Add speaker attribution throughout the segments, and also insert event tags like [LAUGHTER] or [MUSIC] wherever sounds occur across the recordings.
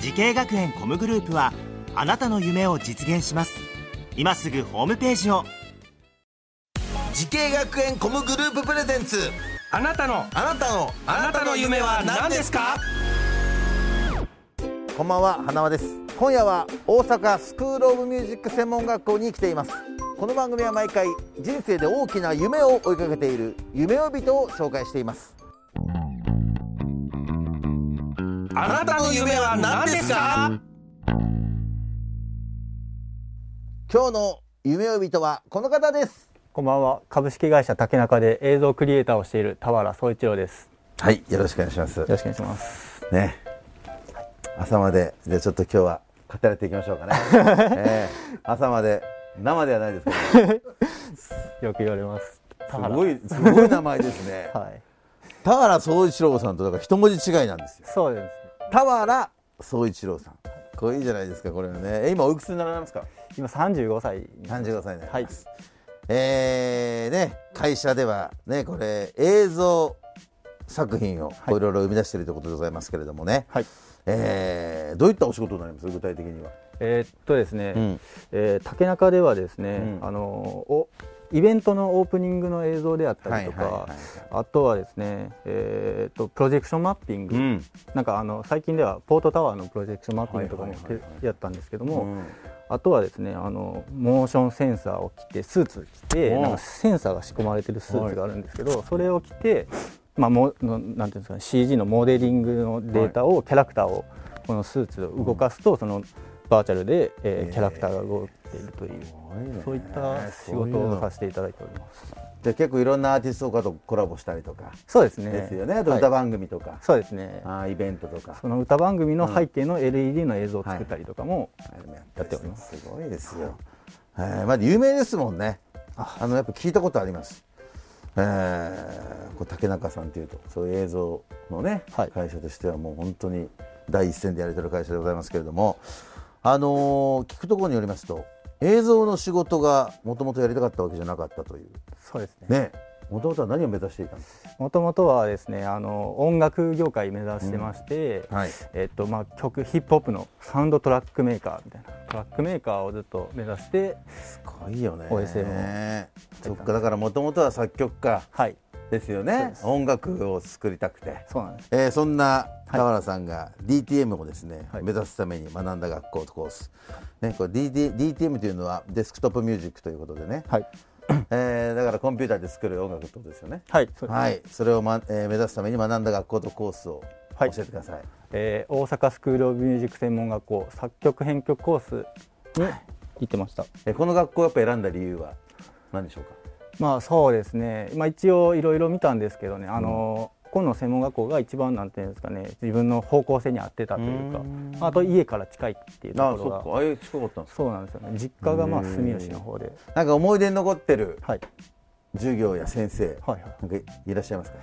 Speaker 1: 時系学園コムグループはあなたの夢を実現します今すぐホームページを
Speaker 2: 時系学園コムグループプレゼンツ
Speaker 3: あなたの
Speaker 2: あなたの
Speaker 3: あなたの夢は何ですか
Speaker 4: こんばんは花輪です今夜は大阪スクールオブミュージック専門学校に来ていますこの番組は毎回人生で大きな夢を追いかけている夢を人を紹介しています
Speaker 3: あなたの夢は何ですか
Speaker 4: 今日の夢を人はこの方です
Speaker 5: こんばんは。株式会社竹中で映像クリエイターをしている田原総一郎です。
Speaker 4: はいよろしくお願いします
Speaker 5: よろしくお願いします。
Speaker 4: ね朝までじゃあちょっと今日は語られていきましょうかね、ええ朝まで生ではないですけど
Speaker 5: よく言われます。田
Speaker 4: す
Speaker 5: 原。
Speaker 4: ごいすごい名前ですね
Speaker 5: はい。
Speaker 4: 田原総一郎さんとだから一文字違いなんですよ
Speaker 5: そうですね。
Speaker 4: 田原総一郎さんこれいいじゃないですかこれはねえ今おいくつになられますか
Speaker 5: 今35歳に。
Speaker 4: 35歳になります、えーね会社ではねこれ映像作品をこういろいろ生み出しているということでございますけれどもね、
Speaker 5: はい。
Speaker 4: えーどういったお仕事になります具体的には、
Speaker 5: えーっとですね、
Speaker 4: うん
Speaker 5: えー竹中ではですね、
Speaker 4: うん
Speaker 5: あのおイベントのオープニングの映像であったりとか、
Speaker 4: はいはいはい
Speaker 5: あとはですね、えーっとプロジェクションマッピング、
Speaker 4: ん
Speaker 5: なんかあの最近ではポートタワーのプロジェクションマッピングとかも
Speaker 4: はいはいはいはい
Speaker 5: やったんですけども、あとはですねあのモーションセンサーを着てスーツ着て
Speaker 4: おう
Speaker 5: なんかセンサーが仕込まれてるスーツがあるんですけど、それを着て、まあ、もうのなんていうんですかね CG のモデリングのデータを、キャラクターをこのスーツで動かすと、そのバーチャルで、えーキャラクターが動いているという、そういった仕事をさせていただいております。
Speaker 4: じゃあ結構いろんなアーティストとかとコラボしたりとか
Speaker 5: そうですね
Speaker 4: ですよね、あと歌
Speaker 5: はい
Speaker 4: 番組とか、
Speaker 5: そうですね
Speaker 4: あーイベントとか
Speaker 5: その歌番組の背景の LED の映像を作ったりとかも、
Speaker 4: あれもやっておりますすごいですよ、えーまあ有名ですもんねあのやっぱ聞いたことありますえー、こう竹中さんというとそういう映像のね、
Speaker 5: はい
Speaker 4: 会社としてはもう本当に第一線でやれてる会社でございますけれどもあのー聞くところによりますと映像の仕事がもともとやりたかったわけじゃなかったという
Speaker 5: そうですね
Speaker 4: ねもともとは何を目指していたんです
Speaker 5: もともとはですねあの音楽業界目指してまして、
Speaker 4: か、はい、
Speaker 5: えっとまあ、曲ヒップホップのサウンドトラックメーカーみたいなトラックメーカーをずっと目指して
Speaker 4: すごいよね
Speaker 5: OSM
Speaker 4: そっかだからもともとは作曲家
Speaker 5: はい
Speaker 4: ですよ
Speaker 5: そう
Speaker 4: ね
Speaker 5: です
Speaker 4: 音楽を作りたくて
Speaker 5: そうなんです
Speaker 4: えーそんな田原さんが DTM をですね、
Speaker 5: はい
Speaker 4: 目指すために学んだ学校とコース、ね、これ DD DTM というのはデスクトップミュージックということでね、
Speaker 5: はい
Speaker 4: えーだからコンピューターで作る音楽ってことですよね
Speaker 5: はいそうです
Speaker 4: はいそれを、まえー目指すために学んだ学校とコースを
Speaker 5: は
Speaker 4: 教え
Speaker 5: い
Speaker 4: てください、
Speaker 5: えー大阪スクール・オブ・ミュージック専門学校作曲編曲コースに行ってました
Speaker 4: えーこの学校をやっぱ選んだ理由は何でしょうか
Speaker 5: まあそうですね、まあ、一応いろいろ見たんですけどねあの、この専門学校が一番なんていうんですかね自分の方向性に合ってたというかあと家から近いっていうところが
Speaker 4: ああいう近かったんです
Speaker 5: そうなんですよね実家がまあ住吉の方で、
Speaker 4: なんか思い出に残ってる
Speaker 5: はい、
Speaker 4: 授業や先生、
Speaker 5: はいはい
Speaker 4: なんかいらっしゃいますか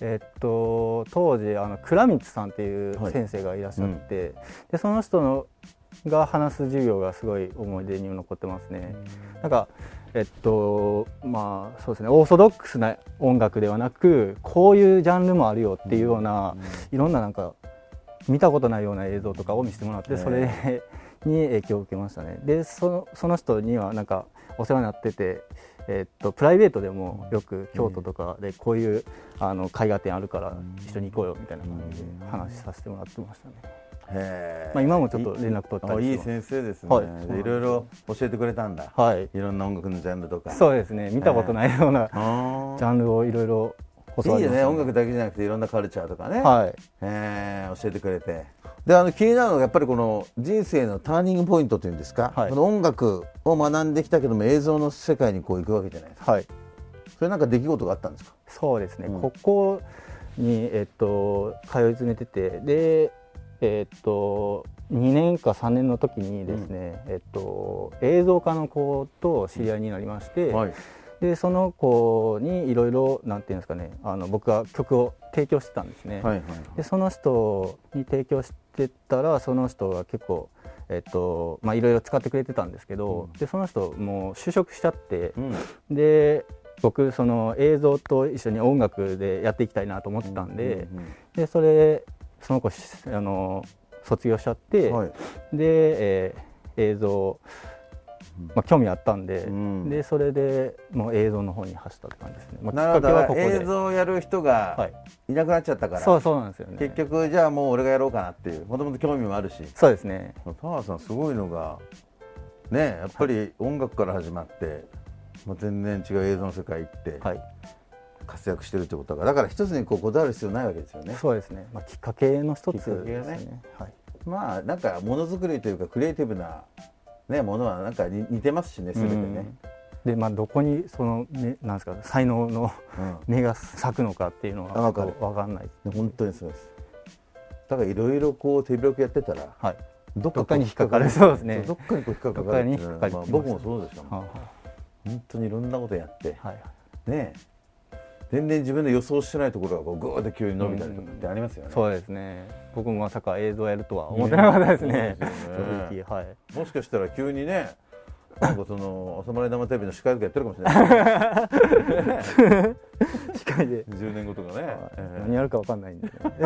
Speaker 5: えっと当時あの倉光さんっていう先生がいらっしゃって、でその人のが話す授業がすごい思い出に残ってますね。なんかえっとまあそうですねオーソドックスな音楽ではなくこういうジャンルもあるよっていうような、いろんななんか見たことないような映像とかを見せてもらって、
Speaker 4: ええ
Speaker 5: それに影響を受けましたね。でそのその人にはなんかお世話になってて、えっとプライベートでもよく京都とかでこういう、あの絵画展あるから一緒に行こうよみたいな感じで話させてもらってましたね。
Speaker 4: へー
Speaker 5: まあ今もちょっと連絡取ったり
Speaker 4: あいい
Speaker 5: してま
Speaker 4: 先生ですね、
Speaker 5: はい
Speaker 4: で
Speaker 5: そうなんですよ
Speaker 4: いろいろ教えてくれたんだ、
Speaker 5: はい
Speaker 4: い、ろんな音楽のジャンルとか
Speaker 5: そうですね見たことないような [LAUGHS]
Speaker 4: あ
Speaker 5: ジ
Speaker 4: ー
Speaker 5: ャンルをいろいろ教わ
Speaker 4: いい
Speaker 5: り
Speaker 4: よ
Speaker 5: まし
Speaker 4: ね
Speaker 5: た
Speaker 4: 音楽だけじゃなくていろんなカルチャーとかね、
Speaker 5: はい
Speaker 4: えー教えてくれてであの気になるのがやっぱりこの人生のターニングポイントというんですか、
Speaker 5: はい
Speaker 4: この音楽を学んできたけども映像の世界にこう行くわけじゃないですか
Speaker 5: はい
Speaker 4: それなんか出来事があったんですか
Speaker 5: そうですね、
Speaker 4: うん
Speaker 5: ここに、えっと、通い詰めててでえーっと2年か3年の時にですね、えっと映像化の子と知り合いになりまして、
Speaker 6: はい
Speaker 5: でその子にいろいろなんていうんですかねあの僕が曲を提供してたんですね、
Speaker 6: はいはい
Speaker 5: でその人に提供してたらその人が結構えっとまあいろいろ使ってくれてたんですけど、でその人もう就職しちゃって、
Speaker 6: ん
Speaker 5: で僕その映像と一緒に音楽でやっていきたいなと思ってたんで、でそれその子しあの卒業しちゃって、
Speaker 6: はい
Speaker 5: で、えー映像、まあ、興味あったんで,、
Speaker 6: ん
Speaker 5: でそれでもう映像の方に走ったって感じですね、まあ、
Speaker 4: な
Speaker 5: きっ
Speaker 4: る
Speaker 5: かけは
Speaker 4: ほ
Speaker 5: こ
Speaker 4: ど
Speaker 5: こで
Speaker 4: 映像をやる人が
Speaker 5: はい
Speaker 4: いなくなっちゃったから、
Speaker 5: そうそうなんですよね
Speaker 4: 結局じゃあもう俺がやろうかなっていうもともと興味もあるし
Speaker 5: そうですね
Speaker 4: パワーさんすごいのがねやっぱり音楽から始まって、もう全然違う映像の世界行って
Speaker 5: はい
Speaker 4: 活躍してるってことだからだから一つにこうこだわる必要ないわけですよね
Speaker 5: そうですね、まあ、きっかけの一つ
Speaker 4: き
Speaker 5: で
Speaker 4: っ
Speaker 5: す
Speaker 4: かけが
Speaker 5: ね
Speaker 4: ね
Speaker 5: はい、
Speaker 4: まあなんかものづくりというかクリエイティブな、ね、ものはなんかに似てますしね全てね、
Speaker 5: でまあどこにその、ね、なんですか才能の [LAUGHS]
Speaker 4: うん
Speaker 5: 目が咲くのかっていうのは
Speaker 4: あわかる
Speaker 5: 分かんない
Speaker 4: 本当にそうですだからいろいろこう手広くやってたら
Speaker 5: はい
Speaker 4: どっ
Speaker 5: どっかに引っかか
Speaker 4: る
Speaker 5: るそうですね
Speaker 4: どっかにこう引っかかる
Speaker 5: どっかに引っかかり
Speaker 4: まあ
Speaker 5: ます
Speaker 4: 僕もそうでしたもん
Speaker 5: は
Speaker 4: 本当にいろんなことやって
Speaker 5: あはい
Speaker 4: ねえ全然自分で予想してないところがこうグーって急に伸びたりとかってありますよね、
Speaker 5: そうですね僕もまさか映像やるとは思ってなかったですね
Speaker 4: そうですよね
Speaker 5: 正直はい
Speaker 4: もしかしたら急
Speaker 5: [LAUGHS]
Speaker 4: にねなんかその「朝まれ生テレビ」の司会とかやってるかもしれない
Speaker 5: 機械で
Speaker 4: 10年後とかね、え
Speaker 5: 何やるか分かんないんでね
Speaker 4: え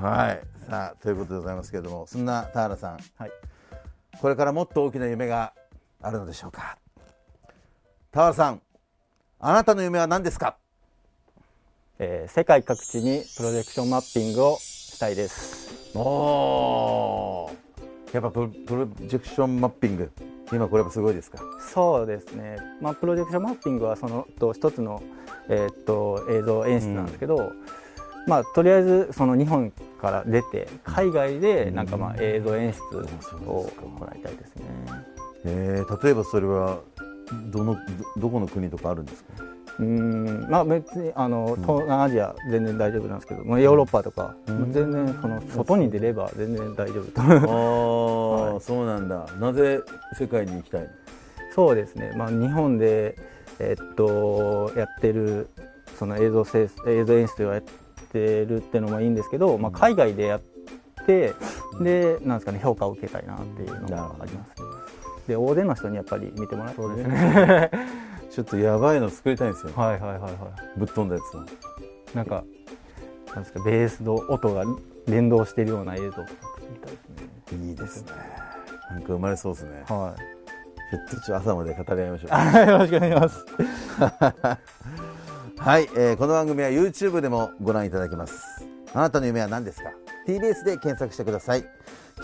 Speaker 4: はいさあということでございますけれどもそんな田原さん、
Speaker 5: はい
Speaker 4: これからもっと大きな夢があるのでしょうか田原さんあなたの夢は何ですか
Speaker 5: [LAUGHS] えー世界各地にプロジェクションマッピングをしたいです
Speaker 4: おーやっぱプロプロジェクションマッピング今これやっぱすごいですか
Speaker 5: そうですね、まあ、プロジェクションマッピングはそのと一つの、えーっと映像演出なんですけど、まあ、とりあえずその日本から出て海外でなんかまあ映像演出を行いたいですね、
Speaker 4: えー、例えばそれはどのどどこの国とかあるんですか
Speaker 5: うんまあ別にあの東南アジア全然大丈夫なんですけど、まあ、ヨーロッパとか、まあ全然その外に出れば全然大丈夫と
Speaker 4: あ [LAUGHS] あ、そうなんだなぜ世界に行きたいの
Speaker 5: そうですね、まあ、日本で、えっと、やってるその映像制映像演出をやってるっていうのもいいんですけど、まあ、海外でやってでなんですかね評価を受けたいなっていうのがありますね。で大勢の人にやっぱり見てもらって、ね、 [LAUGHS]
Speaker 4: ちょっとやばいの作りたいんですよ
Speaker 5: はいはいはいは
Speaker 4: ぶっ飛んだやつを
Speaker 5: いなんかなんですかベースの音が連動してるような映像とか作りたいですね
Speaker 4: いいですねなんか生まれそうですね
Speaker 5: は
Speaker 4: ちょっとちょっと朝まで語り合いましょう
Speaker 5: いよろしくお願いします
Speaker 4: はい、えーこの番組は YouTube でもご覧いただけますあなたの夢は何ですか TBS で検索してください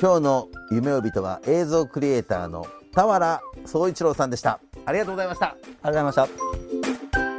Speaker 4: 今日の夢呼人は映像クリエイターの田原総一郎さんでしたありがとうございました
Speaker 5: ありがとうございました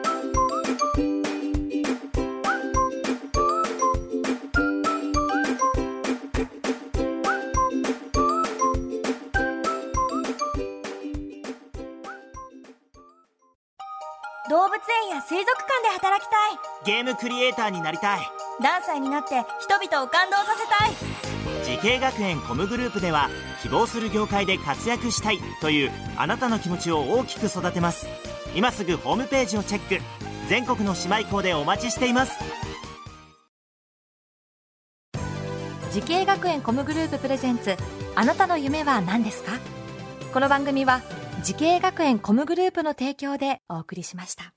Speaker 7: 動物園や水族館で働きたい
Speaker 1: ゲームクリエイターになりたい
Speaker 7: ダンサーになって人々を感動させたい
Speaker 1: 時系学園コムグループでは希望する業界で活躍したいというあなたの気持ちを大きく育てます今すぐホームページをチェック全国の姉妹校でお待ちしています
Speaker 8: 時系学園コムグループプレゼンツあなたの夢は何ですかこの番組は時系学園コムグループの提供でお送りしました